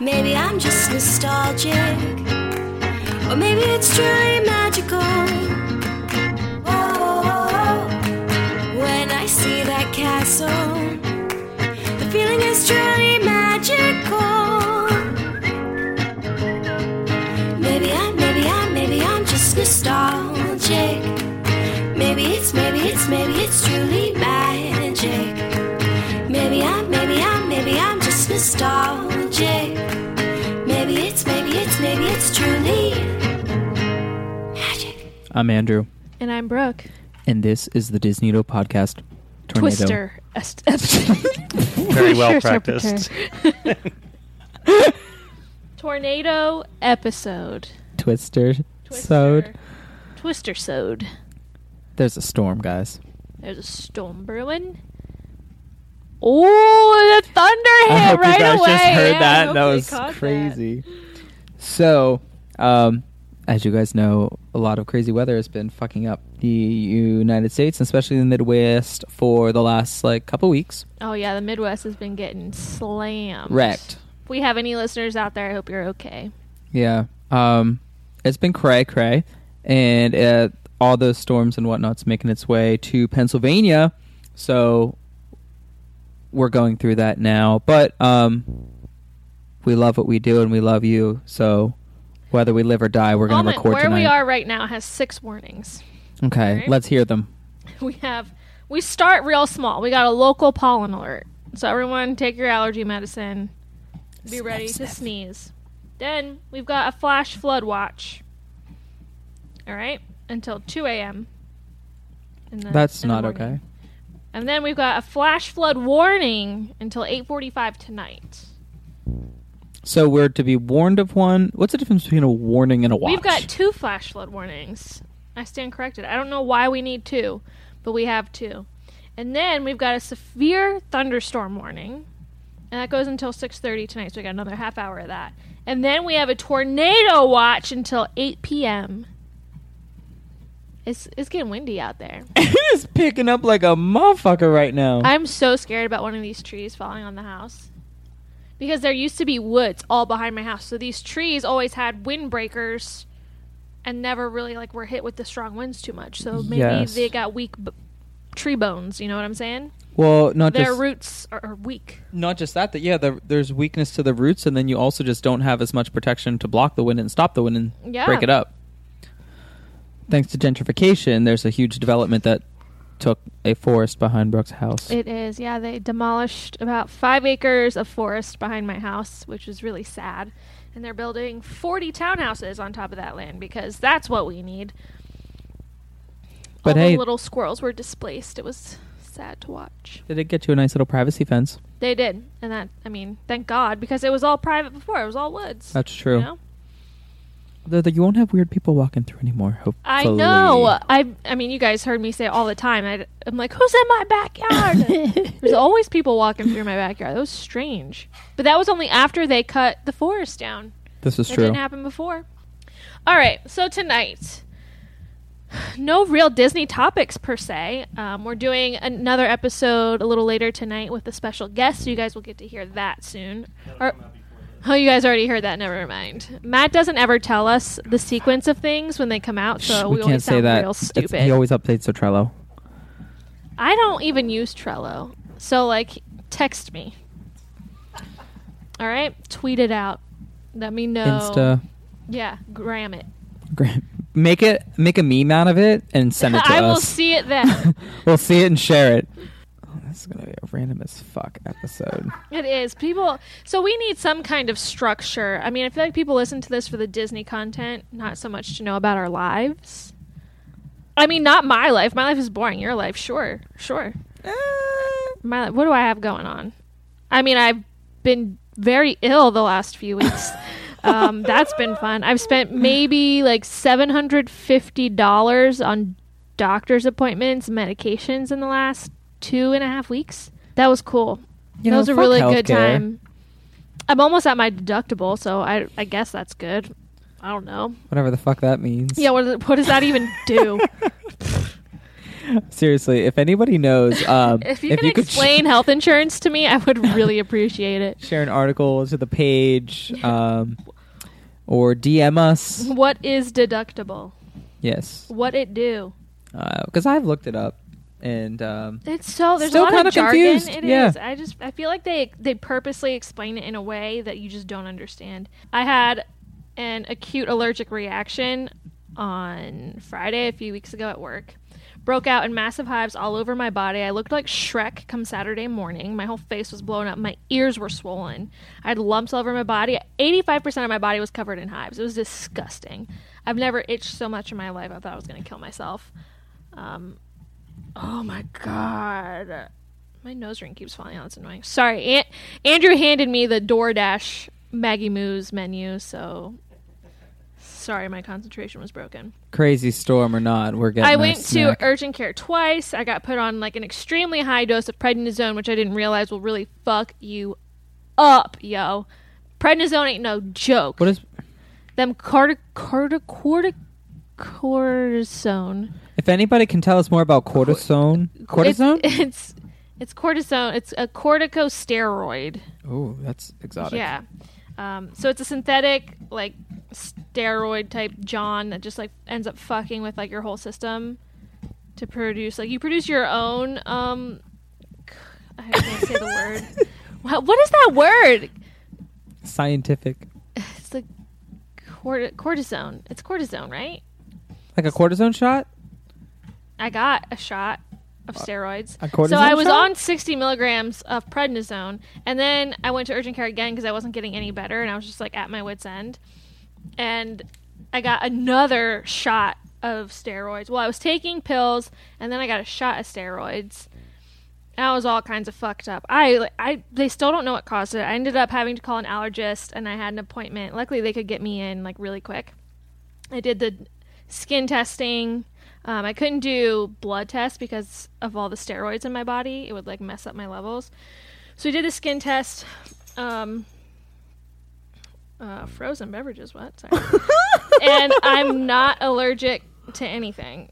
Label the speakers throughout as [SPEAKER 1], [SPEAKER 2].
[SPEAKER 1] Maybe I'm just nostalgic. Or maybe it's truly magical. Oh, when I see that castle, the feeling is truly magical. Maybe I'm, maybe I'm, maybe I'm just nostalgic. Maybe it's, maybe it's, maybe it's truly magic. Maybe I'm, maybe I'm, maybe I'm just nostalgic. Maybe it's, maybe it's, maybe it's truly magic.
[SPEAKER 2] I'm Andrew,
[SPEAKER 3] And I'm Brooke.
[SPEAKER 2] and this is the Disneyto podcast. Tornado.
[SPEAKER 3] Twister. Est-
[SPEAKER 4] Very well
[SPEAKER 3] Sure,
[SPEAKER 4] practiced.
[SPEAKER 3] Tornado episode.
[SPEAKER 2] Twister.
[SPEAKER 3] Twister.
[SPEAKER 2] Sewed.
[SPEAKER 3] Twister sode.
[SPEAKER 2] There's a storm, guys.
[SPEAKER 3] There's a storm brewing. Oh, the thunder
[SPEAKER 2] I
[SPEAKER 3] hit
[SPEAKER 2] hope
[SPEAKER 3] right
[SPEAKER 2] you guys
[SPEAKER 3] away.
[SPEAKER 2] just heard
[SPEAKER 3] Yeah, I
[SPEAKER 2] that.
[SPEAKER 3] hope
[SPEAKER 2] That
[SPEAKER 3] they
[SPEAKER 2] was
[SPEAKER 3] caught that.
[SPEAKER 2] crazy. So, um, as you guys know, a lot of crazy weather has been fucking up the United States, especially the Midwest, for the last like couple weeks.
[SPEAKER 3] Oh yeah, the Midwest has been getting slammed.
[SPEAKER 2] Wrecked.
[SPEAKER 3] If we have any listeners out there, I hope you're okay.
[SPEAKER 2] Yeah. Um, it's been cray cray, and uh, all those storms and whatnot's making its way to Pennsylvania. So we're going through that now, but um, we love what we do and we love you. So whether we live or die, we're going to
[SPEAKER 3] Moment,
[SPEAKER 2] record
[SPEAKER 3] where
[SPEAKER 2] tonight.
[SPEAKER 3] we are right now has six warnings.
[SPEAKER 2] Okay,
[SPEAKER 3] right?
[SPEAKER 2] let's hear them.
[SPEAKER 3] we have we start real small. We got a local pollen alert. So everyone take your allergy medicine. Be ready to sneeze. Then we've got a flash flood watch. All right, until 2 a.m. in the-
[SPEAKER 2] That's
[SPEAKER 3] Uh, in the
[SPEAKER 2] not
[SPEAKER 3] morning.
[SPEAKER 2] okay.
[SPEAKER 3] And then we've got a flash flood warning until 8:45 tonight.
[SPEAKER 2] So we're to be warned of one. What's the difference between a warning and a watch?
[SPEAKER 3] We've got two flash flood warnings. I stand corrected. I don't know why we need two, but we have two. And then we've got a severe thunderstorm warning, and that goes until 6:30 tonight. So we got another half hour of that. And then we have a tornado watch until 8 p.m. It's it's getting windy out there.
[SPEAKER 2] it is picking up like a motherfucker right now.
[SPEAKER 3] I'm so scared about one of these trees falling on the house. Because there used to be woods all behind my house. So these trees always had windbreakers and never really like were hit with the strong winds too much. So maybe
[SPEAKER 2] Yes.
[SPEAKER 3] they got weak b- tree bones, you know what I'm saying?
[SPEAKER 2] well, not
[SPEAKER 3] Their
[SPEAKER 2] just
[SPEAKER 3] roots are, are weak.
[SPEAKER 2] not just that that yeah the, there's weakness to the roots and then you also just don't have as much protection to block the wind and stop the wind and
[SPEAKER 3] Yeah.
[SPEAKER 2] break it up thanks to gentrification there's a huge development that took a forest behind brooke's house
[SPEAKER 3] It is. Yeah, they demolished about 5 acres of forest behind my house, which is really sad. And they're building 40 townhouses on top of that land because that's what we need.
[SPEAKER 2] but
[SPEAKER 3] all
[SPEAKER 2] hey
[SPEAKER 3] the little squirrels were displaced. It was sad to watch.
[SPEAKER 2] did it get you a nice little privacy fence
[SPEAKER 3] They did, and that I mean, thank God, because it was all private before. It was all woods.
[SPEAKER 2] that's true
[SPEAKER 3] You know?
[SPEAKER 2] though that you won't have weird people walking through anymore hopefully
[SPEAKER 3] I know. I I mean, you guys heard me say it all the time. I, am like, who's in my backyard? There's always people walking through my backyard. That was strange. But that was only after they cut the forest down.
[SPEAKER 2] this is
[SPEAKER 3] That
[SPEAKER 2] true
[SPEAKER 3] didn't happen before. All right, so tonight, no real Disney topics per se. Um, we're doing another episode a little later tonight with a special guest. So you guys will get to hear that soon. Or- oh, you guys already heard that. Never mind. Matt doesn't ever tell us the sequence of things when they come out,
[SPEAKER 2] Shh,
[SPEAKER 3] so
[SPEAKER 2] we,
[SPEAKER 3] we,
[SPEAKER 2] can't
[SPEAKER 3] always
[SPEAKER 2] say
[SPEAKER 3] sound
[SPEAKER 2] that
[SPEAKER 3] real
[SPEAKER 2] It's-
[SPEAKER 3] stupid.
[SPEAKER 2] he always updates the trello
[SPEAKER 3] I don't even use Trello. So like text me. All right, tweet it out. Let me know.
[SPEAKER 2] insta
[SPEAKER 3] Oh. Yeah, gram it.
[SPEAKER 2] Gra- make it make a meme out of it and send it to
[SPEAKER 3] I
[SPEAKER 2] us
[SPEAKER 3] will see it then.
[SPEAKER 2] we'll see it and share it. Oh, This is gonna be a random as fuck episode.
[SPEAKER 3] it is people. So we need some kind of structure. I mean, I feel like people listen to this for the Disney content, not so much to know about our lives. I mean, not my life. My life is boring. Your
[SPEAKER 2] Uh,
[SPEAKER 3] life, sure, sure. My life, what do I have going on? I mean, I've been very ill the last few weeks. um, that's been fun. I've spent maybe like seven hundred fifty dollars on doctor's appointments, medications in the last two and a half weeks. That was cool.
[SPEAKER 2] You
[SPEAKER 3] that
[SPEAKER 2] know,
[SPEAKER 3] was a
[SPEAKER 2] fuck
[SPEAKER 3] really good
[SPEAKER 2] healthcare.
[SPEAKER 3] time. I'm almost at my deductible, so I I guess that's good. I don't know.
[SPEAKER 2] Whatever the fuck that means.
[SPEAKER 3] Yeah, what, does- what does that even do?
[SPEAKER 2] Seriously, if anybody knows, um,
[SPEAKER 3] if you can
[SPEAKER 2] could sh-
[SPEAKER 3] explain health insurance to me, I would really appreciate it.
[SPEAKER 2] share an article to the page, um, or DM us.
[SPEAKER 3] What is deductible?
[SPEAKER 2] Yes,
[SPEAKER 3] What it do?
[SPEAKER 2] because I've looked it up, and um,
[SPEAKER 3] It's so there's
[SPEAKER 2] Still
[SPEAKER 3] a lot
[SPEAKER 2] kinda
[SPEAKER 3] of jargon. It is.
[SPEAKER 2] confused, yeah.
[SPEAKER 3] I just I feel like they they purposely explain it in a way that you just don't understand. I had an acute allergic reaction on Friday a few weeks ago at work. Broke out in massive hives all over my body. I looked like Shrek come Saturday morning. My whole face was blown up. My ears were swollen. I had lumps all over my body. 85% of my body was covered in hives. It was disgusting. I've never itched so much in my life. I thought I was going to kill myself. Um, Oh my god. My nose ring keeps falling out. It's annoying. Sorry. An- Andrew handed me the DoorDash Maggie Moo's menu, so sorry my concentration was broken.
[SPEAKER 2] crazy storm or not, we're getting.
[SPEAKER 3] I
[SPEAKER 2] our
[SPEAKER 3] went
[SPEAKER 2] snack.
[SPEAKER 3] to urgent care twice. I got put on like an extremely high dose of prednisone, which I didn't realize will really fuck you up, yo. Prednisone ain't no joke.
[SPEAKER 2] what is?
[SPEAKER 3] Them cardi- cardi- corti- cortisone.
[SPEAKER 2] If anybody can tell us more about cortisone, cortisone.
[SPEAKER 3] It's, it's it's cortisone. It's a corticosteroid.
[SPEAKER 2] oh, that's exotic.
[SPEAKER 3] Yeah. Um, so it's a synthetic like steroid type John that just like ends up fucking with like your whole system to produce like you produce your own um I can't say the word. What, what is that word?
[SPEAKER 2] scientific,
[SPEAKER 3] It's like corti- cortisone. It's cortisone, right?
[SPEAKER 2] like a cortisone shot.
[SPEAKER 3] I got a shot of steroids.
[SPEAKER 2] a cortisone
[SPEAKER 3] so I was
[SPEAKER 2] shot?
[SPEAKER 3] on 60 milligrams of prednisone, and then I went to urgent care again because I wasn't getting any better, and I was just like at my wit's end. And I got another shot of steroids. Well, I was taking pills, and then I got a shot of steroids. And I was all kinds of fucked up. I, I, they still don't know what caused it. I ended up having to call an allergist, and I had an appointment. Luckily, they could get me in like really quick. I did the skin testing. Um, I couldn't do blood tests because of all the steroids in my body. It would like mess up my levels. So we did the skin test. Um, uh, frozen beverages, what? Sorry. and I'm not allergic to anything,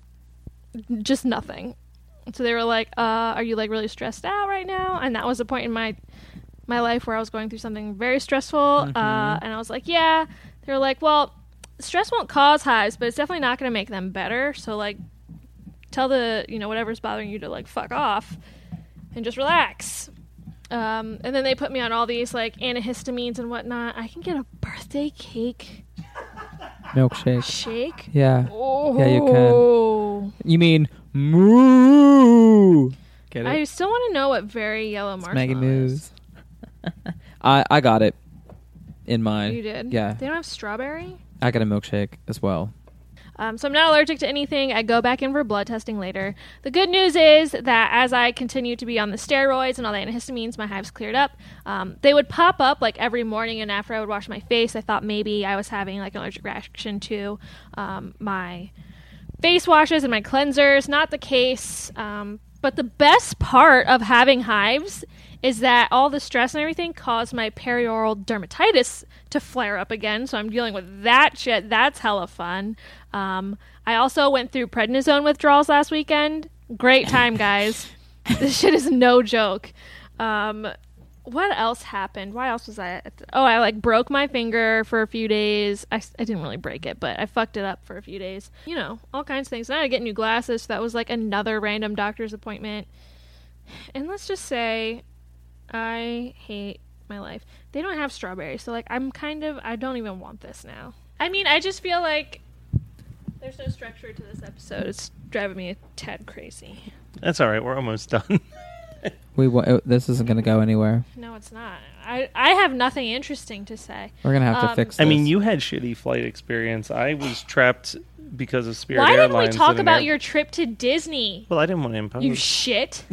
[SPEAKER 3] just nothing. So they were like, uh, "Are you like really stressed out right now?" And that was a point in my my life where I was going through something very stressful. Uh, and I was like, "Yeah." They were like, "Well, stress won't cause hives, but it's definitely not going to make them better. So like, tell the you know whatever's bothering you to like fuck off, and just relax." Um, and then they put me on all these like antihistamines and whatnot. I can get a birthday cake Ah.
[SPEAKER 2] Milkshake.
[SPEAKER 3] shake.
[SPEAKER 2] Yeah.
[SPEAKER 3] Oh,
[SPEAKER 2] Yeah, you can. You mean moo? Get it?
[SPEAKER 3] I still want to know what very yellow
[SPEAKER 2] It's
[SPEAKER 3] marshmallow.
[SPEAKER 2] Maggie
[SPEAKER 3] is.
[SPEAKER 2] Moos. I I got it in mine.
[SPEAKER 3] You did.
[SPEAKER 2] Yeah,
[SPEAKER 3] They don't have strawberry.
[SPEAKER 2] I got a milkshake as well.
[SPEAKER 3] Um, so I'm not allergic to anything. I go back in for blood testing later. The good news is that as I continue to be on the steroids and all the antihistamines, my hives cleared up. Um, they would pop up like every morning, and after I would wash my face, I thought maybe I was having like an allergic reaction to um, my face washes and my cleansers. Not the case. Um, but the best part of having hives is that all the stress and everything caused my perioral dermatitis to flare up again. So I'm dealing with that shit. That's hella fun. Um, I also went through prednisone withdrawals last weekend. Great time, guys. this shit is no joke. Um, what else happened? Why else was I? at the- Oh, I like broke my finger for a few days. I, s- I didn't really break it, but I fucked it up for a few days. You know, all kinds of things. And I had to get new glasses, so that was like another random doctor's appointment. And let's just say, I hate my life. They don't have strawberries, so like I'm kind of I don't even want this now. I mean, I just feel like there's no structure to this episode. It's driving me a tad crazy.
[SPEAKER 4] That's all right. We're almost done.
[SPEAKER 2] We wa- uh, this isn't going to go anywhere.
[SPEAKER 3] No, it's not. I I have nothing interesting to say.
[SPEAKER 2] We're going to have to
[SPEAKER 3] Um,
[SPEAKER 2] fix. This.
[SPEAKER 4] I mean, you had shitty flight experience. I was trapped because of Spirit
[SPEAKER 3] Why
[SPEAKER 4] Airlines.
[SPEAKER 3] didn't we talk
[SPEAKER 4] in an
[SPEAKER 3] about
[SPEAKER 4] air-
[SPEAKER 3] your trip to Disney?
[SPEAKER 4] Well, I didn't want to impose.
[SPEAKER 3] You shit.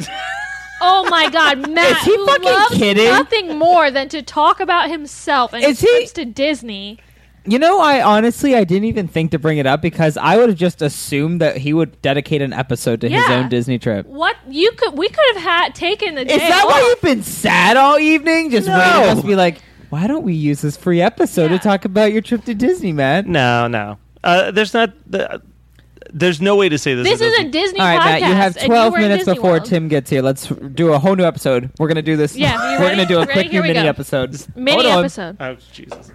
[SPEAKER 3] Oh my God, Matt!
[SPEAKER 2] Um, Is he
[SPEAKER 3] who
[SPEAKER 2] fucking
[SPEAKER 3] loves
[SPEAKER 2] kidding?
[SPEAKER 3] Nothing more than to talk about himself and
[SPEAKER 2] Is
[SPEAKER 3] his
[SPEAKER 2] he-
[SPEAKER 3] trips to Disney.
[SPEAKER 2] You know, I honestly I didn't even think to bring it up because I would have just assumed that he would dedicate an episode to his
[SPEAKER 3] Yeah.
[SPEAKER 2] own Disney trip.
[SPEAKER 3] What you could we could have had taken the day.
[SPEAKER 2] Is that why
[SPEAKER 3] off.
[SPEAKER 2] you've been sad all evening? Just
[SPEAKER 4] No.
[SPEAKER 2] waiting for us to be like, why don't we use this free episode
[SPEAKER 3] Yeah.
[SPEAKER 2] to talk about your trip to Disney, Matt?
[SPEAKER 4] No, no. Uh, there's not. The, there's no way to say this.
[SPEAKER 3] This
[SPEAKER 4] It
[SPEAKER 3] is
[SPEAKER 4] doesn't-
[SPEAKER 3] a Disney
[SPEAKER 2] All right,
[SPEAKER 3] podcast.
[SPEAKER 2] Matt, you have
[SPEAKER 3] and
[SPEAKER 2] 12
[SPEAKER 3] were in
[SPEAKER 2] minutes
[SPEAKER 3] Disney
[SPEAKER 2] before
[SPEAKER 3] World.
[SPEAKER 2] Tim gets here. Let's do a whole new episode. We're going to do this.
[SPEAKER 3] Yeah, you
[SPEAKER 2] we're
[SPEAKER 3] ready?
[SPEAKER 2] to do a
[SPEAKER 3] Ready?
[SPEAKER 2] quick new
[SPEAKER 3] Here we
[SPEAKER 2] mini
[SPEAKER 3] go.
[SPEAKER 2] episode.
[SPEAKER 3] mini
[SPEAKER 2] Hold on.
[SPEAKER 3] episode,
[SPEAKER 4] Oh Jesus!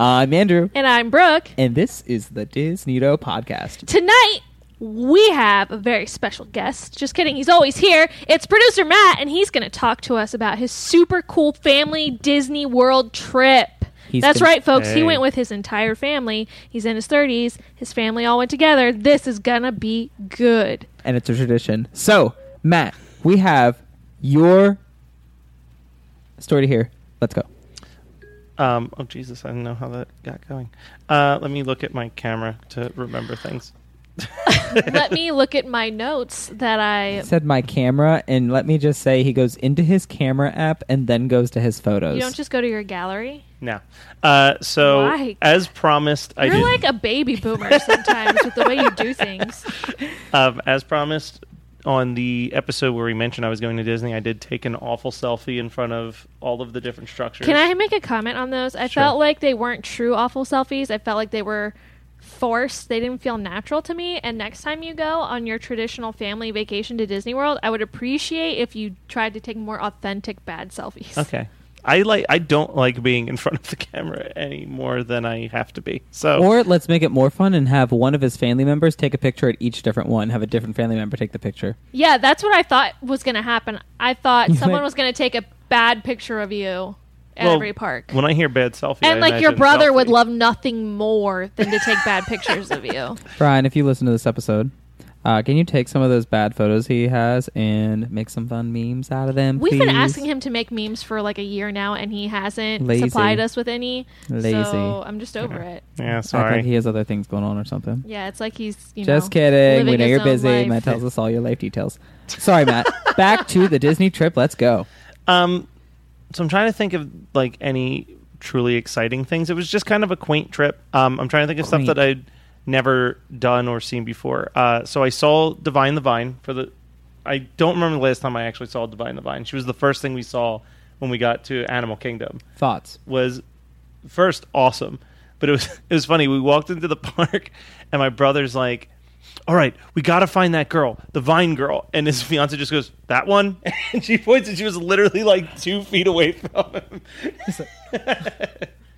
[SPEAKER 2] I'm Andrew,
[SPEAKER 3] and I'm Brooke.
[SPEAKER 2] and this is the Disneyto podcast.
[SPEAKER 3] Tonight we have a very special guest. Just kidding, he's always here. It's producer Matt, and he's going to talk to us about his super cool family Disney World trip.
[SPEAKER 2] He's
[SPEAKER 3] That's
[SPEAKER 2] been-
[SPEAKER 3] right, folks. He
[SPEAKER 4] Hey.
[SPEAKER 3] went with his entire family. He's in his 30s. His family all went together. This is going to be good.
[SPEAKER 2] And it's a tradition. So, Matt, we have your story to hear. Let's go.
[SPEAKER 4] Um, oh Jesus! I don't know how that got going. Uh, let me look at my camera to remember things.
[SPEAKER 3] Let me look at my notes that I.
[SPEAKER 2] said my camera, and let me just say he goes into his camera app and then goes to his photos.
[SPEAKER 3] You don't just go to your gallery.
[SPEAKER 4] No. Uh, so
[SPEAKER 3] Why?
[SPEAKER 4] as promised, I
[SPEAKER 3] You're
[SPEAKER 4] did.
[SPEAKER 3] like a baby boomer sometimes with the way you do things.
[SPEAKER 4] Um, as promised on the episode where we mentioned I was going to Disney, I did take an awful selfie in front of all of the different structures.
[SPEAKER 3] Can I make a comment on those? I
[SPEAKER 4] Sure.
[SPEAKER 3] felt like they weren't true awful selfies. I felt like they were forced. They didn't feel natural to me. And next time you go on your traditional family vacation to Disney World, I would appreciate if you tried to take more authentic bad selfies.
[SPEAKER 4] Okay. I like. I don't like being in front of the camera any more than I have to be. So
[SPEAKER 2] Or let's make it more fun and have one of his family members take a picture at each different one. Have a different family member take the picture.
[SPEAKER 3] Yeah, that's what I thought was going to happen. I thought
[SPEAKER 2] You
[SPEAKER 3] someone
[SPEAKER 2] might-
[SPEAKER 3] was going to take a bad picture of you at
[SPEAKER 4] Well,
[SPEAKER 3] every park.
[SPEAKER 4] When I hear bad selfie, I
[SPEAKER 3] and like your
[SPEAKER 4] imagine
[SPEAKER 3] brother would
[SPEAKER 4] selfie.
[SPEAKER 3] love nothing more than to take bad pictures of you.
[SPEAKER 2] Brian, if you listen to this episode, uh, can you take some of those bad photos he has and make some fun memes out of them?
[SPEAKER 3] We've been
[SPEAKER 2] please?
[SPEAKER 3] asking him to make memes for like a year now, and he hasn't
[SPEAKER 2] Lazy.
[SPEAKER 3] supplied us with any.
[SPEAKER 2] Lazy.
[SPEAKER 3] So I'm just over it.
[SPEAKER 4] Yeah,
[SPEAKER 2] Act like
[SPEAKER 4] sorry.
[SPEAKER 2] he has other things going on or something.
[SPEAKER 3] Yeah, it's like he's you
[SPEAKER 2] Just
[SPEAKER 3] know,
[SPEAKER 2] kidding. We
[SPEAKER 3] living
[SPEAKER 2] know
[SPEAKER 3] his
[SPEAKER 2] you're
[SPEAKER 3] own
[SPEAKER 2] busy.
[SPEAKER 3] life.
[SPEAKER 2] Matt tells us all your life details. Sorry, Matt. Back to the Disney trip. Let's go.
[SPEAKER 4] Um, so I'm trying to think of like any truly exciting things. It was just kind of a quaint trip. Um, I'm trying to think of stuff
[SPEAKER 2] Quaint.
[SPEAKER 4] that I'd never done or seen before. Uh, so I saw Divine the Vine for the. I don't remember the last time I actually saw Divine the Vine. She was the first thing we saw when we got to Animal Kingdom.
[SPEAKER 2] Thoughts?
[SPEAKER 4] was first awesome, but it was it was funny. We walked into the park, and my brother's like, "All right, we got to find that girl, the Vine girl." And his fiance just goes, "That one," and she points, and she was literally like two feet away from him.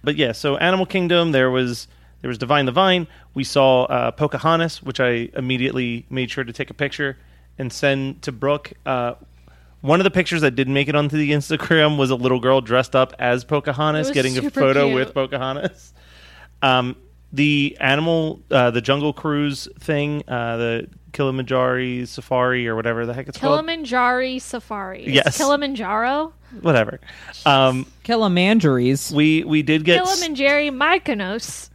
[SPEAKER 4] but yeah, so Animal Kingdom, there was there was Divine the Vine. We saw uh, Pocahontas, which I immediately made sure to take a picture and send to Brooke. Uh, one of the pictures that didn't make it onto the Instagram was a little girl dressed up as Pocahontas
[SPEAKER 3] It was
[SPEAKER 4] getting a
[SPEAKER 3] super
[SPEAKER 4] photo
[SPEAKER 3] cute.
[SPEAKER 4] with Pocahontas. Um, the animal, uh, the jungle cruise thing, uh, the Kilimanjaro safari or whatever the heck it's
[SPEAKER 3] Kilimanjaro Safari. It's
[SPEAKER 4] Yes.
[SPEAKER 3] Kilimanjaro.
[SPEAKER 4] called, whatever. Um,
[SPEAKER 2] Kilimanjaro's.
[SPEAKER 4] we we did get s-
[SPEAKER 3] Kilimanjaro Mykonos.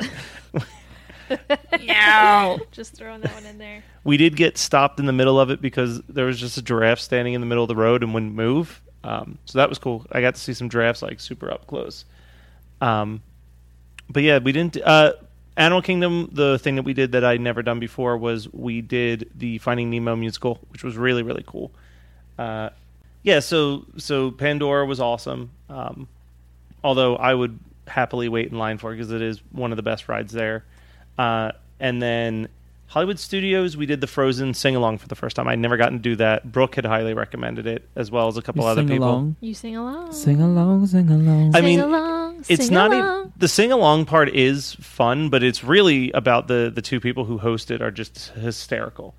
[SPEAKER 3] Just throwing that one in there.
[SPEAKER 4] we did get stopped in the middle of it because there was just a giraffe standing in the middle of the road and wouldn't move. Um, so that was cool. I got to see some giraffes like super up close. Um, but yeah, we didn't. Uh, Animal Kingdom. The thing that we did that I'd never done before was we did the Finding Nemo musical, which was really really cool. Uh, yeah, so so Pandora was awesome. Um, although I would happily wait in line for it because it is one of the best rides there. Uh, and then Hollywood Studios, we did the Frozen sing along for the first time. I'd never gotten to do that. Brooke had highly recommended it, as well as a couple other
[SPEAKER 2] sing
[SPEAKER 4] people.
[SPEAKER 2] along.
[SPEAKER 3] You sing along.
[SPEAKER 2] Sing along, sing along.
[SPEAKER 4] I mean,
[SPEAKER 3] sing along,
[SPEAKER 4] It's
[SPEAKER 3] sing
[SPEAKER 4] not e-
[SPEAKER 3] along.
[SPEAKER 4] even the sing along part is fun, but it's really about the the two people who host it are just hysterical.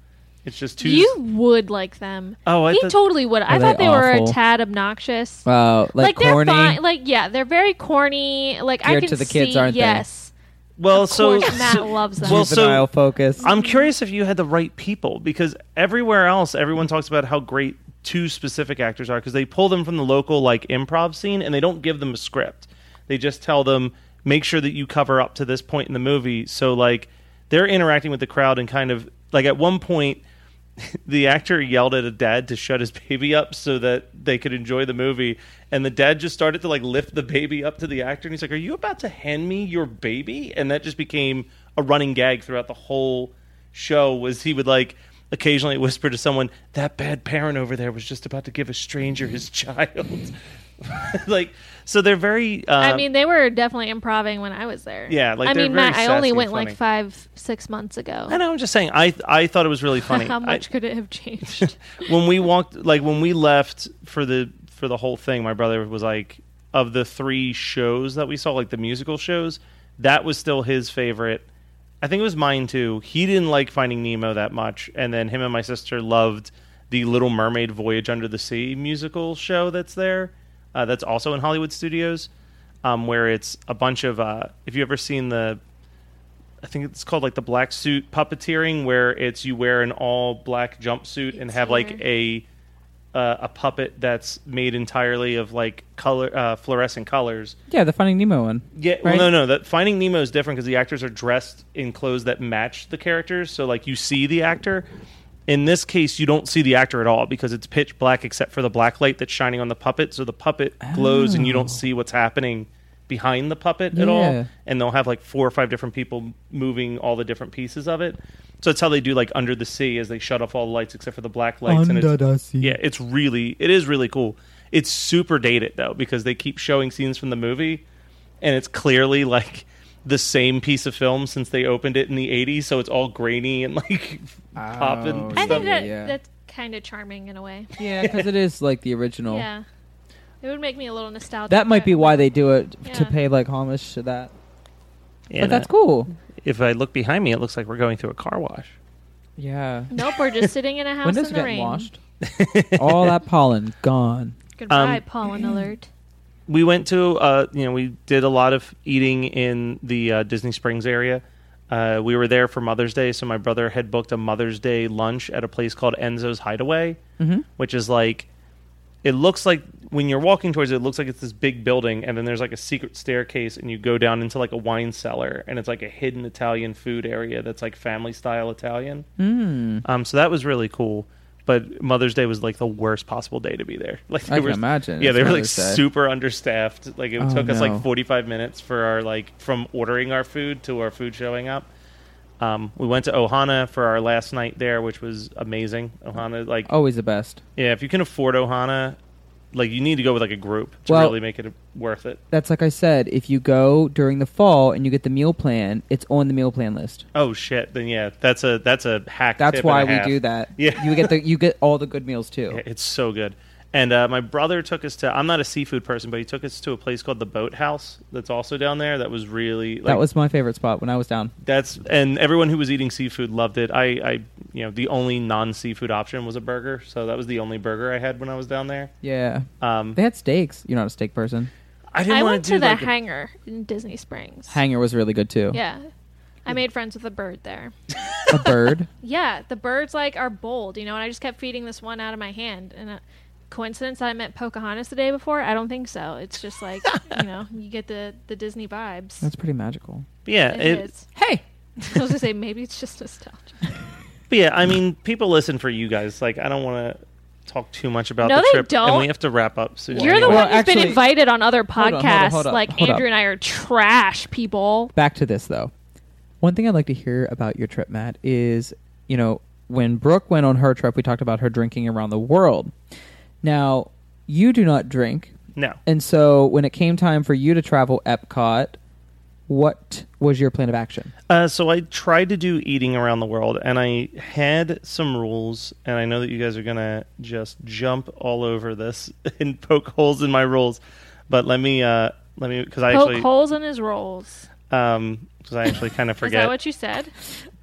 [SPEAKER 4] It's just two.
[SPEAKER 3] You would like them.
[SPEAKER 4] Oh, I
[SPEAKER 3] he
[SPEAKER 4] thought-
[SPEAKER 3] totally would. I
[SPEAKER 2] Are they
[SPEAKER 3] thought they, were a
[SPEAKER 2] awful?
[SPEAKER 3] tad obnoxious.
[SPEAKER 2] Wow, like, corny.
[SPEAKER 3] they're fine. Like yeah, they're very corny. Like I
[SPEAKER 2] Geared
[SPEAKER 3] can
[SPEAKER 2] to the kids,
[SPEAKER 3] see,
[SPEAKER 2] aren't they?
[SPEAKER 3] yes.
[SPEAKER 4] well, so,
[SPEAKER 3] course Matt
[SPEAKER 4] so-
[SPEAKER 3] loves them.
[SPEAKER 4] Well,
[SPEAKER 2] Juvenile
[SPEAKER 4] so
[SPEAKER 2] focus.
[SPEAKER 4] I'm curious if you had the right people because everywhere else, everyone talks about how great two specific actors are because they pull them from the local like improv scene and they don't give them a script. They just tell them make sure that you cover up to this point in the movie. So like they're interacting with the crowd and kind of like at one point the actor yelled at a dad to shut his baby up so that they could enjoy the movie and the dad just started to like lift the baby up to the actor and he's like are you about to hand me your baby and that just became a running gag throughout the whole show was he would like occasionally whisper to someone that bad parent over there was just about to give a stranger his child like so they're very uh,
[SPEAKER 3] I mean, they were definitely improving when I was there.
[SPEAKER 4] Yeah, like,
[SPEAKER 3] I
[SPEAKER 4] they're
[SPEAKER 3] mean,
[SPEAKER 4] very
[SPEAKER 3] Matt, I only
[SPEAKER 4] sassy
[SPEAKER 3] went
[SPEAKER 4] and funny.
[SPEAKER 3] like five, six months ago.
[SPEAKER 4] I know. I'm just saying. I I thought it was really funny.
[SPEAKER 3] How
[SPEAKER 4] I-
[SPEAKER 3] much could it have changed?
[SPEAKER 4] when we walked like when we left for the for the whole thing my brother was like of the three shows that we saw like the musical shows that was still his favorite i think it was mine too he didn't like finding nemo that much and then him and my sister loved the little mermaid voyage under the sea musical show that's there uh, that's also in hollywood studios um, where it's a bunch of uh, if you ever seen the I think it's called like the black suit puppeteering, where it's you wear an all black jumpsuit and have like a uh, a puppet that's made entirely of like color uh, fluorescent colors.
[SPEAKER 2] Yeah, the Finding Nemo one.
[SPEAKER 4] Yeah, well,
[SPEAKER 2] Right?
[SPEAKER 4] no, no. That Finding Nemo is different because the actors are dressed in clothes that match the characters. So like you see the actor. In this case, you don't see the actor at all because it's pitch black except for the black light that's shining on the puppet. So the puppet glows and you don't see what's happening behind the puppet at
[SPEAKER 2] Oh. Yeah.
[SPEAKER 4] all. And they'll have like four or five different people moving all the different pieces of it. So that's how they do like Under the Sea is they shut off all the lights except for the black lights. and it's, yeah, it's really it is really cool. It's super dated though because they keep showing scenes from the movie, and it's clearly like the same piece of film since they opened it in the '80s. So it's all grainy and like popping.
[SPEAKER 2] Oh,
[SPEAKER 3] I
[SPEAKER 4] stuff.
[SPEAKER 3] think that
[SPEAKER 2] Yeah.
[SPEAKER 3] that's kind of charming in a way.
[SPEAKER 2] Yeah, because it is like the original.
[SPEAKER 3] Yeah, it would make me a little nostalgic.
[SPEAKER 2] That might be why they do it to
[SPEAKER 3] Yeah.
[SPEAKER 2] pay like homage to that.
[SPEAKER 4] Yeah,
[SPEAKER 2] but that's
[SPEAKER 4] uh,
[SPEAKER 2] cool.
[SPEAKER 4] If I look behind me, it looks like we're going through a car wash.
[SPEAKER 2] Yeah.
[SPEAKER 3] Nope, we're just sitting in a house
[SPEAKER 2] Windows
[SPEAKER 3] in
[SPEAKER 2] are
[SPEAKER 3] the
[SPEAKER 2] getting
[SPEAKER 3] rain.
[SPEAKER 2] washed. All that pollen gone.
[SPEAKER 3] Goodbye,
[SPEAKER 4] Um,
[SPEAKER 3] pollen alert.
[SPEAKER 4] we went to uh, you know we did a lot of eating in the uh, Disney Springs area. Uh, we were there for Mother's Day, so my brother had booked a Mother's Day lunch at a place called Enzo's Hideaway,
[SPEAKER 2] Mm-hmm.
[SPEAKER 4] which is like it looks like when you're walking towards it, it looks like it's this big building, and then there's like a secret staircase, and you go down into like a wine cellar, and it's like a hidden Italian food area that's like family style Italian.
[SPEAKER 2] Mm.
[SPEAKER 4] Um, so that was really cool. But Mother's Day was like the worst possible day to be there. Like they
[SPEAKER 2] I can
[SPEAKER 4] were,
[SPEAKER 2] imagine.
[SPEAKER 4] Yeah,
[SPEAKER 2] It's
[SPEAKER 4] they were like
[SPEAKER 2] Mother's Day.
[SPEAKER 4] super understaffed. Like it
[SPEAKER 2] Oh,
[SPEAKER 4] took us
[SPEAKER 2] no.
[SPEAKER 4] like forty five minutes for our like from ordering our food to our food showing up. Um, we went to Ohana for our last night there, which was amazing. Ohana, like
[SPEAKER 2] Always the best.
[SPEAKER 4] yeah, if you can afford Ohana, like you need to go with like a group to
[SPEAKER 2] Well-
[SPEAKER 4] really make it worth it.
[SPEAKER 2] That's like I said, if you go during the fall and you get the meal plan, it's on the meal plan list.
[SPEAKER 4] Oh shit! Then yeah, that's a that's a hack.
[SPEAKER 2] That's
[SPEAKER 4] tip
[SPEAKER 2] why
[SPEAKER 4] and a
[SPEAKER 2] we
[SPEAKER 4] half.
[SPEAKER 2] do that.
[SPEAKER 4] Yeah.
[SPEAKER 2] You get the you get all the good meals too.
[SPEAKER 4] Yeah, It's so good. And uh, my brother took us to. I'm not a seafood person, but he took us to a place called the Boat House that's also down there. That was really like,
[SPEAKER 2] that was my favorite spot when I was down.
[SPEAKER 4] that's and everyone who was eating seafood loved it. I, I you know the only non seafood option was a burger, so that was the only burger I had when I was down there.
[SPEAKER 2] Yeah.
[SPEAKER 4] Um,
[SPEAKER 2] They had steaks. You're not a steak person.
[SPEAKER 4] I didn't
[SPEAKER 3] I
[SPEAKER 4] want
[SPEAKER 3] went
[SPEAKER 4] to do
[SPEAKER 3] to the
[SPEAKER 4] like a-
[SPEAKER 3] hangar in Disney Springs.
[SPEAKER 2] Hanger was really good too.
[SPEAKER 3] yeah, I made friends with a bird there.
[SPEAKER 2] A bird.
[SPEAKER 3] Yeah, the birds like are bold, you know. And I just kept feeding this one out of my hand. And uh, coincidence that I met Pocahontas the day before? I don't think so. It's just like you know, you get the the Disney vibes.
[SPEAKER 2] That's pretty magical.
[SPEAKER 4] yeah,
[SPEAKER 3] It
[SPEAKER 4] it-
[SPEAKER 3] is.
[SPEAKER 2] Hey.
[SPEAKER 3] I was gonna say maybe it's just nostalgia.
[SPEAKER 4] but yeah. I mean, people listen for you guys. Like, I don't want to talk too much about
[SPEAKER 3] No,
[SPEAKER 4] the
[SPEAKER 3] they
[SPEAKER 4] trip, and we
[SPEAKER 3] don't.
[SPEAKER 4] have to wrap up soon.
[SPEAKER 3] You're the
[SPEAKER 4] anyway.
[SPEAKER 3] one who's
[SPEAKER 2] actually-
[SPEAKER 3] been invited on other podcasts.
[SPEAKER 2] Hold on, hold on, hold up,
[SPEAKER 3] like
[SPEAKER 2] hold up.
[SPEAKER 3] Andrew and I are trash people.
[SPEAKER 2] back to this though. One thing I'd like to hear about your trip, Matt, is you know when Brooke went on her trip, we talked about her drinking around the world. Now you do not drink,
[SPEAKER 4] No,
[SPEAKER 2] and so when it came time for you to travel Epcot, what was your plan of action?
[SPEAKER 4] Uh, so I tried to do eating around the world, and I had some rules, and I know that you guys are gonna just jump all over this and poke holes in my rules, but let me uh, let me because I
[SPEAKER 3] Poke
[SPEAKER 4] actually
[SPEAKER 3] holes in his rolls.
[SPEAKER 4] um because I actually kind of
[SPEAKER 3] Is that
[SPEAKER 4] forget
[SPEAKER 3] what you said?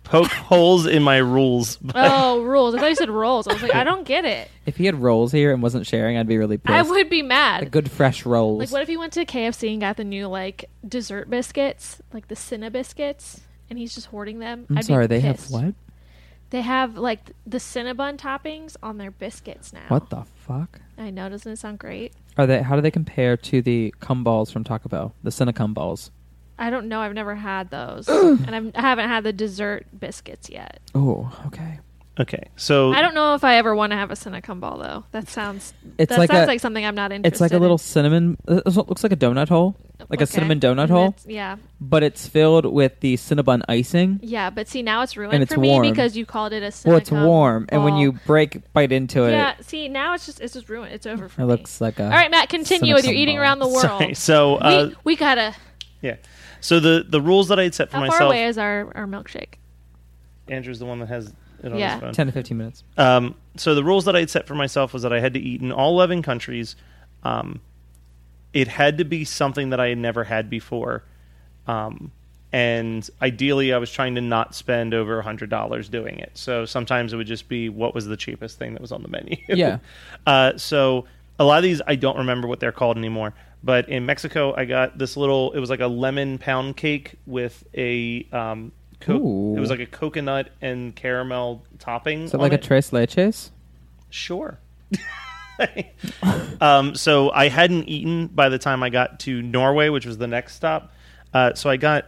[SPEAKER 4] poke holes in my rules.
[SPEAKER 3] Oh, rules. I thought you said rolls. I was like, I don't get it.
[SPEAKER 2] If he had rolls here and wasn't sharing, I'd be really pissed.
[SPEAKER 3] I would be mad.
[SPEAKER 2] Good fresh rolls.
[SPEAKER 3] Like, what if he went to KFC and got the new like dessert biscuits, like the Cinna biscuits, and he's just hoarding them?
[SPEAKER 2] I'm
[SPEAKER 3] I'd be
[SPEAKER 2] sorry, they have
[SPEAKER 3] pissed.
[SPEAKER 2] what?
[SPEAKER 3] They have like th- the Cinnabon toppings on their biscuits now.
[SPEAKER 2] What the fuck?
[SPEAKER 3] I know. Doesn't it sound great?
[SPEAKER 2] Are they? How do they compare to the cum balls from Taco Bell? The Cinnacum balls.
[SPEAKER 3] I don't know. I've never had those, and I've, I haven't had the dessert biscuits yet.
[SPEAKER 2] Oh, okay.
[SPEAKER 4] Okay, so
[SPEAKER 3] I don't know if I ever want to have a Cinecum ball though. That sounds
[SPEAKER 2] It's
[SPEAKER 3] that
[SPEAKER 2] like
[SPEAKER 3] sounds
[SPEAKER 2] a-
[SPEAKER 3] like something I'm not interested.
[SPEAKER 2] It's like a little cinnamon. uh, It looks like a donut hole,
[SPEAKER 3] in.
[SPEAKER 2] like
[SPEAKER 3] Okay.
[SPEAKER 2] a cinnamon donut
[SPEAKER 3] And
[SPEAKER 2] hole,
[SPEAKER 3] it's- Yeah,
[SPEAKER 2] but it's filled with the Cinnabon icing.
[SPEAKER 3] yeah, but see now it's ruined
[SPEAKER 2] And it's
[SPEAKER 3] for
[SPEAKER 2] warm.
[SPEAKER 3] me because you called it a Cinecum.
[SPEAKER 2] Well, it's warm, and when
[SPEAKER 3] ball.
[SPEAKER 2] you break bite into it,
[SPEAKER 3] yeah, see now it's just it's just ruined. It's over for
[SPEAKER 2] it
[SPEAKER 3] me.
[SPEAKER 2] looks like uh, a.
[SPEAKER 3] All right, Matt, continue with your eating around the world.
[SPEAKER 4] sorry, so uh,
[SPEAKER 3] we, we gotta.
[SPEAKER 4] yeah, so the the rules that I had set for
[SPEAKER 3] How
[SPEAKER 4] myself.
[SPEAKER 3] far away is our, our milkshake?
[SPEAKER 4] Andrew's the one that has it on
[SPEAKER 3] Yeah.
[SPEAKER 4] his phone.
[SPEAKER 2] ten to fifteen minutes.
[SPEAKER 4] Um, so the rules that I had set for myself was that I had to eat in all 11 countries. Um, it had to be something that I had never had before. Um, and ideally, I was trying to not spend over $100 doing it. So sometimes it would just be what was the cheapest thing that was on the menu.
[SPEAKER 2] Yeah.
[SPEAKER 4] uh, so a lot of these, I don't remember what they're called anymore. But in Mexico, I got this little, it was like a lemon pound cake with a. Um, co-
[SPEAKER 2] Ooh.
[SPEAKER 4] it was like a coconut and caramel topping.
[SPEAKER 2] Is it
[SPEAKER 4] on
[SPEAKER 2] like a
[SPEAKER 4] it.
[SPEAKER 2] tres leches?
[SPEAKER 4] Sure. um, so I hadn't eaten by the time I got to Norway, which was the next stop. Uh, so I got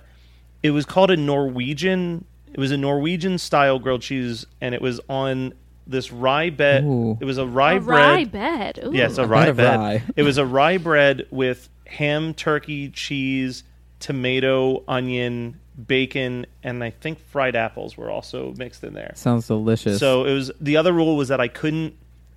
[SPEAKER 4] it was called a Norwegian. It was a Norwegian style grilled cheese, and it was on this rye bed.
[SPEAKER 2] Ooh.
[SPEAKER 4] It was a rye
[SPEAKER 3] a
[SPEAKER 4] bread.
[SPEAKER 3] rye bed. Ooh.
[SPEAKER 4] Yes, a
[SPEAKER 2] bet
[SPEAKER 4] rye
[SPEAKER 2] of
[SPEAKER 4] bread.
[SPEAKER 2] rye.
[SPEAKER 4] It was a rye bread with ham, turkey, cheese, tomato, onion, bacon, and I think fried apples were also mixed in there.
[SPEAKER 2] Sounds delicious.
[SPEAKER 4] So it was the other rule was that I couldn't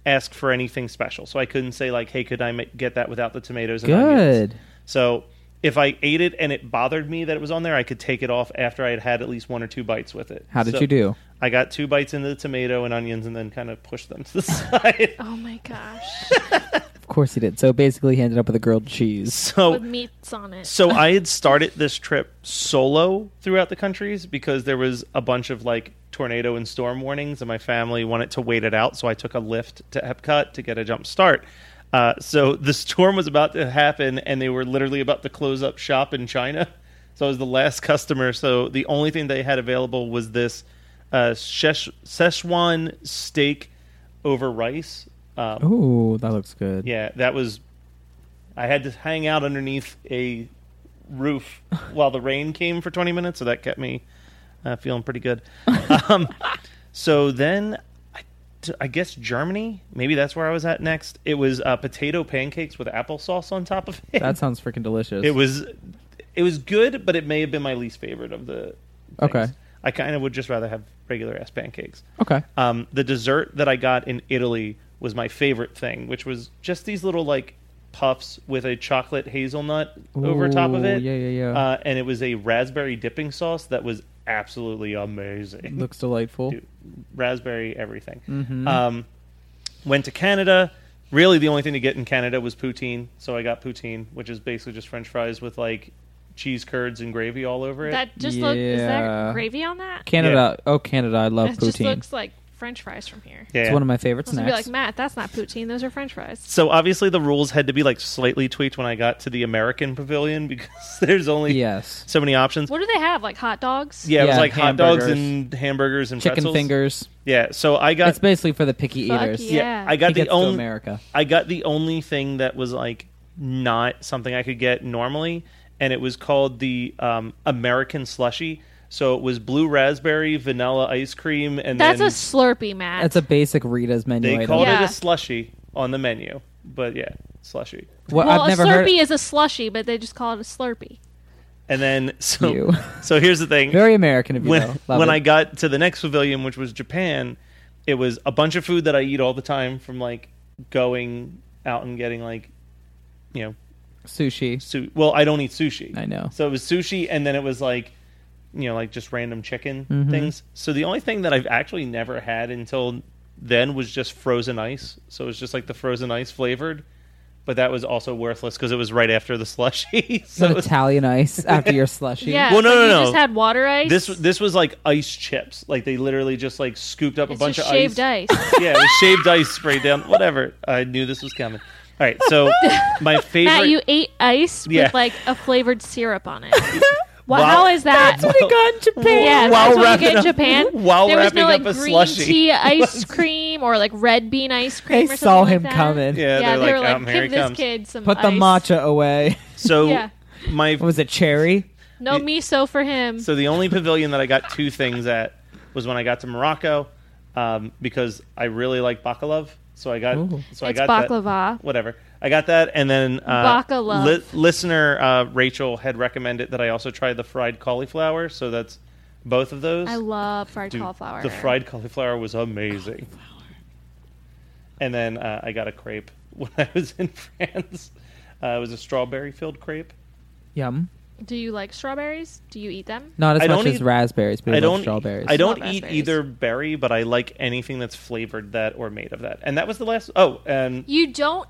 [SPEAKER 4] ask for anything special. So I couldn't say like, "Hey, could I ma- get that without the tomatoes and onions?"
[SPEAKER 2] good.
[SPEAKER 4] So if I ate it and it bothered me that it was on there, I could take it off after I had had at least one or two bites with it.
[SPEAKER 2] How did
[SPEAKER 4] So
[SPEAKER 2] you do?
[SPEAKER 4] I got two bites into the tomato and onions, and then kind of pushed them to the side.
[SPEAKER 3] Oh my gosh,
[SPEAKER 2] Of course he did. So basically, he ended up with a grilled cheese.
[SPEAKER 4] So
[SPEAKER 3] with meats on it.
[SPEAKER 4] So I had started this trip solo throughout the countries because there was a bunch of like tornado and storm warnings, and my family wanted to wait it out. So I took a lift to Epcot to get a jump start. Uh, so the storm was about to happen, and they were literally about to close up shop in China. So I was the last customer. So the only thing they had available was this uh, Szech- Szechuan steak over rice. Um,
[SPEAKER 2] Ooh, that looks good.
[SPEAKER 4] yeah, that was. I had to hang out underneath a roof while the rain came for 20 minutes, so that kept me uh, feeling pretty good. um, so then, I, t- I guess Germany. Maybe that's where I was at next. It was uh, potato pancakes with applesauce on top of it.
[SPEAKER 2] That sounds freaking delicious.
[SPEAKER 4] it was. It was good, but it may have been my least favorite of the. things.
[SPEAKER 2] Okay.
[SPEAKER 4] I kind of would just rather have regular ass pancakes.
[SPEAKER 2] okay.
[SPEAKER 4] Um, the dessert that I got in Italy was my favorite thing, which was just these little like puffs with a chocolate hazelnut over top of
[SPEAKER 2] Ooh,
[SPEAKER 4] it.
[SPEAKER 2] yeah, yeah, yeah.
[SPEAKER 4] Uh, and it was a raspberry dipping sauce that was absolutely amazing.
[SPEAKER 2] Looks Mm-hmm. delightful.
[SPEAKER 4] Dude, raspberry everything. Um, went to Canada. Really, the only thing to get in Canada was poutine, so I got poutine, which is basically just French fries with like cheese curds and gravy all over it.
[SPEAKER 3] that just look is
[SPEAKER 2] Yeah.
[SPEAKER 3] there gravy on that?
[SPEAKER 2] Canada. Oh, Canada. I love
[SPEAKER 3] It just
[SPEAKER 2] poutine.
[SPEAKER 3] looks like French fries from here.
[SPEAKER 4] yeah.
[SPEAKER 2] It's one of my favorite
[SPEAKER 3] I was gonna be
[SPEAKER 2] snacks.
[SPEAKER 3] like Matt, that's not poutine; those are French fries.
[SPEAKER 4] So obviously the rules had to be like slightly tweaked when I got to the American pavilion because there's only
[SPEAKER 2] yes.
[SPEAKER 4] so many options.
[SPEAKER 3] What do they have? Like hot dogs?
[SPEAKER 4] Yeah, it was
[SPEAKER 2] Yeah,
[SPEAKER 4] like hot dogs
[SPEAKER 2] hamburgers.
[SPEAKER 4] and hamburgers and
[SPEAKER 2] Chicken
[SPEAKER 4] pretzels.
[SPEAKER 2] fingers.
[SPEAKER 4] Yeah, so I
[SPEAKER 2] It's
[SPEAKER 4] got
[SPEAKER 2] basically for the picky
[SPEAKER 3] Fuck
[SPEAKER 2] eaters.
[SPEAKER 3] yeah.
[SPEAKER 4] yeah, I got
[SPEAKER 2] He
[SPEAKER 4] the um,
[SPEAKER 2] gets to
[SPEAKER 4] only
[SPEAKER 2] America.
[SPEAKER 4] I got the only thing that was like not something I could get normally, and it was called the um, American slushy. So it was blue raspberry, vanilla ice cream, and
[SPEAKER 3] That's a
[SPEAKER 4] then
[SPEAKER 3] Slurpee, Matt.
[SPEAKER 2] That's a basic Rita's menu
[SPEAKER 4] they
[SPEAKER 2] item.
[SPEAKER 4] called it
[SPEAKER 3] Yeah.
[SPEAKER 4] a slushy on the menu. But yeah, slushy.
[SPEAKER 2] Well,
[SPEAKER 3] well,
[SPEAKER 2] I've never
[SPEAKER 3] a
[SPEAKER 2] heard
[SPEAKER 3] Slurpee is a slushy, but they just call it a Slurpee.
[SPEAKER 4] And then so
[SPEAKER 2] You.
[SPEAKER 4] so here's the thing.
[SPEAKER 2] Very American of you.
[SPEAKER 4] when,
[SPEAKER 2] though. Love
[SPEAKER 4] when
[SPEAKER 2] it.
[SPEAKER 4] I got to the next pavilion, which was Japan, it was a bunch of food that I eat all the time from like going out and getting like, you know,
[SPEAKER 2] sushi.
[SPEAKER 4] su- well, I don't eat sushi.
[SPEAKER 2] I know.
[SPEAKER 4] So it was sushi, and then it was like, you know, like just random chicken
[SPEAKER 2] Mm-hmm.
[SPEAKER 4] things. So the only thing that I've actually never had until then was just frozen ice. So it was just like the frozen ice flavored. But that was also worthless because it was right after the slushy. so
[SPEAKER 2] Some
[SPEAKER 4] it was-
[SPEAKER 2] Italian ice after your slushy.
[SPEAKER 3] Yeah.
[SPEAKER 4] Well, no,
[SPEAKER 3] so
[SPEAKER 4] no,
[SPEAKER 3] you
[SPEAKER 4] no.
[SPEAKER 3] Just had water ice.
[SPEAKER 4] this this was like ice chips. Like they literally just like scooped up a
[SPEAKER 3] it's
[SPEAKER 4] bunch
[SPEAKER 3] just
[SPEAKER 4] of
[SPEAKER 3] shaved
[SPEAKER 4] ice.
[SPEAKER 3] ice.
[SPEAKER 4] yeah, with shaved ice sprayed down. Whatever. I knew this was coming. All right, so my favorite.
[SPEAKER 3] Matt, you ate ice
[SPEAKER 4] Yeah.
[SPEAKER 3] with like a flavored syrup on it. Wha-
[SPEAKER 4] Wow.
[SPEAKER 3] How is that?
[SPEAKER 2] I got in Japan.
[SPEAKER 3] yeah, that's what
[SPEAKER 4] While
[SPEAKER 3] you
[SPEAKER 4] wrapping
[SPEAKER 3] get in
[SPEAKER 4] up-
[SPEAKER 3] Japan.
[SPEAKER 4] while
[SPEAKER 3] there was no like
[SPEAKER 4] wrapping up a
[SPEAKER 3] green
[SPEAKER 4] slushie.
[SPEAKER 3] tea ice cream or like red bean ice cream.
[SPEAKER 2] They
[SPEAKER 3] or something
[SPEAKER 2] saw
[SPEAKER 3] like
[SPEAKER 2] him
[SPEAKER 3] that.
[SPEAKER 2] coming.
[SPEAKER 3] Yeah,
[SPEAKER 4] yeah, they're
[SPEAKER 3] they
[SPEAKER 4] like,
[SPEAKER 3] were like,
[SPEAKER 4] "Um,
[SPEAKER 3] give
[SPEAKER 4] here he
[SPEAKER 3] this
[SPEAKER 4] comes.
[SPEAKER 3] kid some
[SPEAKER 2] Put the
[SPEAKER 3] ice.
[SPEAKER 2] matcha away.
[SPEAKER 4] So
[SPEAKER 3] Yeah.
[SPEAKER 4] my
[SPEAKER 2] What was it cherry?
[SPEAKER 3] No miso for him.
[SPEAKER 4] so the only pavilion that I got two things at was when I got to Morocco. um, because I really like baklava. So I got
[SPEAKER 2] Ooh.
[SPEAKER 4] so I
[SPEAKER 3] It's
[SPEAKER 4] got
[SPEAKER 3] baklava.
[SPEAKER 4] That, whatever. I got that, and then uh,
[SPEAKER 3] Baklava.
[SPEAKER 4] listener uh, Rachel had recommended that I also try the fried cauliflower. So that's both of those.
[SPEAKER 3] I love fried
[SPEAKER 4] Dude,
[SPEAKER 3] cauliflower.
[SPEAKER 4] The fried cauliflower was amazing. And then uh, I got a crepe when I was in France. Uh, it was a strawberry filled crepe.
[SPEAKER 2] Yum.
[SPEAKER 3] Do you like strawberries? Do you eat them?
[SPEAKER 2] Not as
[SPEAKER 4] I
[SPEAKER 2] much
[SPEAKER 4] don't
[SPEAKER 2] as
[SPEAKER 4] eat-
[SPEAKER 2] raspberries, but I,
[SPEAKER 4] I
[SPEAKER 2] love
[SPEAKER 4] don't e-,
[SPEAKER 2] strawberries.
[SPEAKER 4] I don't
[SPEAKER 3] Love
[SPEAKER 4] eat
[SPEAKER 3] raspberries.
[SPEAKER 4] either berry, but I like anything that's flavored that or made of that. And that was the last. Oh, and
[SPEAKER 3] You don't.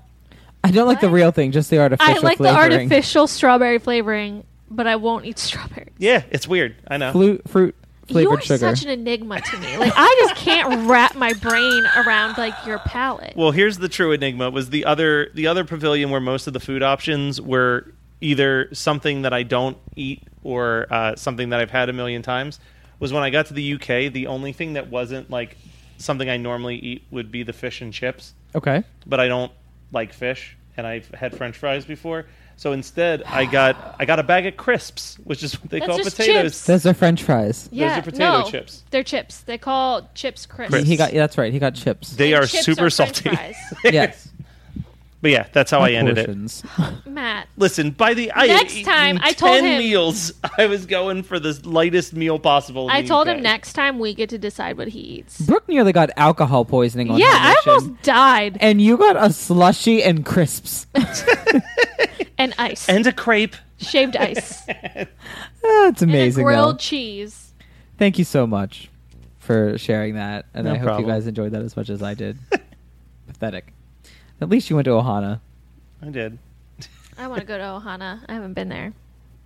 [SPEAKER 2] I don't like the
[SPEAKER 3] What?
[SPEAKER 2] real thing, just the artificial
[SPEAKER 3] I like
[SPEAKER 2] flavoring.
[SPEAKER 3] the artificial strawberry flavoring, but I won't eat strawberries.
[SPEAKER 4] yeah, it's weird. I know.
[SPEAKER 2] Flu- fruit flavored
[SPEAKER 3] You're
[SPEAKER 2] sugar.
[SPEAKER 3] such an enigma to me. Like I just can't wrap my brain around like your palate.
[SPEAKER 4] Well, here's the true enigma: was the other the other pavilion where most of the food options were either something that I don't eat or uh, something that I've had a million times. Was when I got to the UK, the only thing that wasn't like something I normally eat would be the fish and chips,
[SPEAKER 2] okay.
[SPEAKER 4] but I don't like fish, and I've had French fries before. So instead, I got I got a bag of crisps, which is what they
[SPEAKER 3] That's
[SPEAKER 4] call
[SPEAKER 3] just
[SPEAKER 4] potatoes.
[SPEAKER 3] chips.
[SPEAKER 2] Those are french fries.
[SPEAKER 3] yeah,
[SPEAKER 4] are potato
[SPEAKER 3] no,
[SPEAKER 4] chips.
[SPEAKER 3] They're chips. They call chips crisps.
[SPEAKER 4] Crisps.
[SPEAKER 2] He got that's right. He got chips.
[SPEAKER 4] They
[SPEAKER 3] And
[SPEAKER 4] are
[SPEAKER 3] chips
[SPEAKER 4] super
[SPEAKER 3] French
[SPEAKER 4] salty.
[SPEAKER 3] fries.
[SPEAKER 2] yes.
[SPEAKER 4] But yeah, that's how I ended it.
[SPEAKER 2] Portions.
[SPEAKER 3] Matt,
[SPEAKER 4] Listen, by the I had
[SPEAKER 3] Next
[SPEAKER 4] eaten
[SPEAKER 3] time, I
[SPEAKER 4] 10
[SPEAKER 3] told him-
[SPEAKER 4] meals. I was going for the lightest meal possible. in
[SPEAKER 3] I
[SPEAKER 4] the
[SPEAKER 3] told
[SPEAKER 4] UK.
[SPEAKER 3] him next time we get to decide what he eats.
[SPEAKER 2] Brooke nearly got alcohol poisoning on
[SPEAKER 3] Yeah,
[SPEAKER 2] her
[SPEAKER 3] I
[SPEAKER 2] mission,
[SPEAKER 3] almost died.
[SPEAKER 2] and you got a slushy and crisps.
[SPEAKER 3] And ice,
[SPEAKER 4] and a crepe.
[SPEAKER 3] shaved ice,
[SPEAKER 2] That's
[SPEAKER 3] and a
[SPEAKER 2] Oh, amazing.
[SPEAKER 3] grilled
[SPEAKER 2] Though.
[SPEAKER 3] cheese.
[SPEAKER 2] Thank you so much for sharing that, and
[SPEAKER 4] No
[SPEAKER 2] I hope
[SPEAKER 4] problem.
[SPEAKER 2] you guys enjoyed that as much as I did. Pathetic. At least you went to Ohana.
[SPEAKER 4] I did.
[SPEAKER 3] I want to go to Ohana. I haven't been there.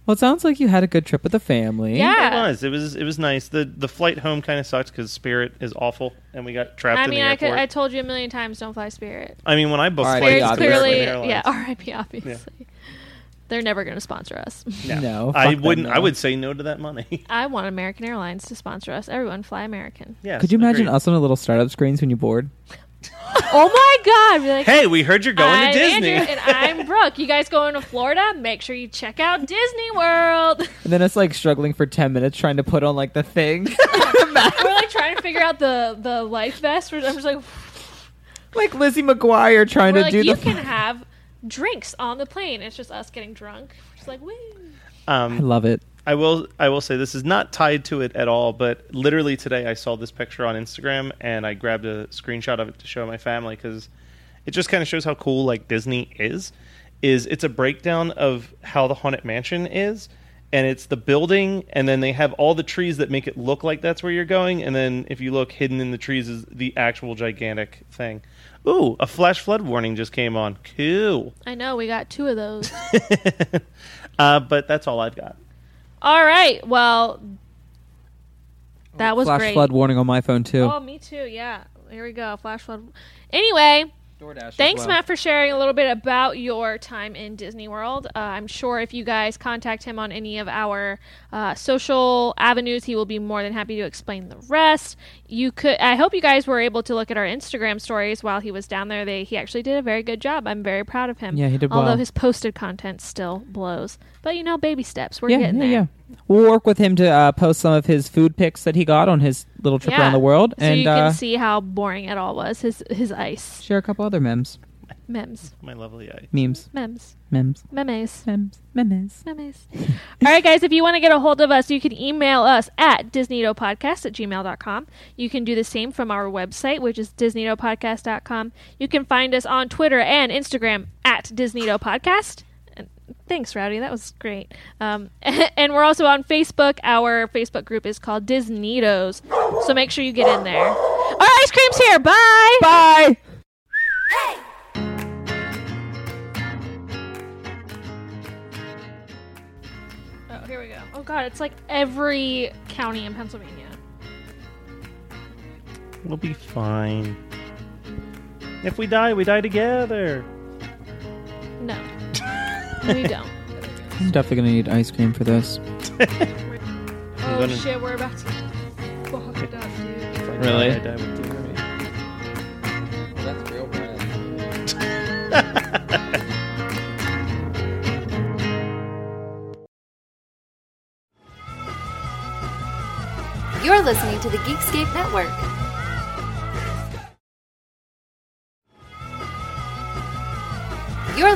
[SPEAKER 2] Well, it sounds like you had a good trip with the family.
[SPEAKER 3] Yeah.
[SPEAKER 4] It was. It was. It was nice. the The flight home kind of sucked because Spirit is awful, and we got trapped
[SPEAKER 3] I
[SPEAKER 4] in
[SPEAKER 3] mean,
[SPEAKER 4] the
[SPEAKER 3] I could.
[SPEAKER 4] airport.
[SPEAKER 3] I told you a million times, don't fly Spirit.
[SPEAKER 4] I mean, when I booked
[SPEAKER 2] All right,
[SPEAKER 4] flights,
[SPEAKER 3] Spirit's
[SPEAKER 4] with
[SPEAKER 2] obviously.
[SPEAKER 3] clearly,
[SPEAKER 4] American Airlines,
[SPEAKER 3] yeah, R.I.P. Obviously, they're never going to sponsor us.
[SPEAKER 2] No, fuck
[SPEAKER 4] I
[SPEAKER 2] them,
[SPEAKER 4] wouldn't. I
[SPEAKER 2] no.
[SPEAKER 4] would say no to that money.
[SPEAKER 3] I want American Airlines to sponsor us. Everyone, fly American.
[SPEAKER 4] yes,
[SPEAKER 2] Could you imagine
[SPEAKER 4] agreed.
[SPEAKER 2] us on a little startup screens when you're bored?
[SPEAKER 3] Oh my God! Be like,
[SPEAKER 4] Hey, we heard you're going
[SPEAKER 3] I'm
[SPEAKER 4] to Disney.
[SPEAKER 3] Andrew and I'm Brooke. You guys going to Florida? Make sure you check out Disney World.
[SPEAKER 2] And then it's like struggling for 10 minutes trying to put on like the thing.
[SPEAKER 3] We're like trying to figure out the the life vest. We're- I'm just like,
[SPEAKER 2] like Lizzie McGuire trying
[SPEAKER 3] we're
[SPEAKER 2] to
[SPEAKER 3] like
[SPEAKER 2] do
[SPEAKER 3] you
[SPEAKER 2] the.
[SPEAKER 3] can have drinks on the plane. It's just us getting drunk. We're just like, woo.
[SPEAKER 2] I
[SPEAKER 4] um,
[SPEAKER 2] love it.
[SPEAKER 4] I will. I will say this is not tied to it at all. But literally today, I saw this picture on Instagram, and I grabbed a screenshot of it to show my family because it just kind of shows how cool like Disney is. Is it's a breakdown of how the haunted mansion is, and it's the building, and then they have all the trees that make it look like that's where you're going, and then if you look hidden in the trees is the actual gigantic thing. Ooh, a flash flood warning just came on. Cool.
[SPEAKER 3] I know we got two of those.
[SPEAKER 4] Uh, but that's all I've got.
[SPEAKER 3] All right. Well, that was
[SPEAKER 2] Flash
[SPEAKER 3] great.
[SPEAKER 2] flood warning on my phone too.
[SPEAKER 3] Oh, me too. Yeah. Here we go. Flash flood. Anyway. Thanks, Matt, for sharing a little bit about your time in Disney World. Uh, I'm sure if you guys contact him on any of our uh, social avenues, he will be more than happy to explain the rest. You could. I hope you guys were able to look at our Instagram stories while he was down there. They he actually did a very good job. I'm very proud of him.
[SPEAKER 2] Yeah, he did
[SPEAKER 3] Although
[SPEAKER 2] well.
[SPEAKER 3] his posted content still blows, but you know, baby steps. We're
[SPEAKER 2] Yeah,
[SPEAKER 3] getting
[SPEAKER 2] yeah,
[SPEAKER 3] there.
[SPEAKER 2] yeah. We'll work with him to uh, post some of his food pics that he got on his little trip
[SPEAKER 3] Yeah.
[SPEAKER 2] around the world,
[SPEAKER 3] so
[SPEAKER 2] and
[SPEAKER 3] you can
[SPEAKER 2] uh,
[SPEAKER 3] see how boring it all was. His his ice
[SPEAKER 2] share a couple other memes,
[SPEAKER 3] memes
[SPEAKER 4] My lovely eye.
[SPEAKER 2] memes,
[SPEAKER 3] memes
[SPEAKER 2] memes,
[SPEAKER 3] memes.
[SPEAKER 2] memes, memes.
[SPEAKER 3] Memes. All right, guys, if you want to get a hold of us, you can email us at disneydopodcast at gmail.com. You can do the same from our website, which is disneydopodcast.com. You can find us on Twitter and Instagram at disneydopodcast. And Thanks, Rowdy. That was great. Um, and we're also on Facebook. Our Facebook group is called Disneydos. So make sure you get in there. Our ice cream's here. Bye.
[SPEAKER 2] Bye.
[SPEAKER 3] Oh, here we go. Oh, God. It's like every county in Pennsylvania.
[SPEAKER 4] We'll be fine. If we die, we die together.
[SPEAKER 3] No, we don't.
[SPEAKER 2] I'm definitely gonna need ice cream for this.
[SPEAKER 3] Oh
[SPEAKER 4] gonna-
[SPEAKER 3] shit, we're about to get fucked up, dude.
[SPEAKER 2] Really?
[SPEAKER 4] I die with you.
[SPEAKER 2] That's real bad.
[SPEAKER 5] You're listening to the Geekscape Network. You're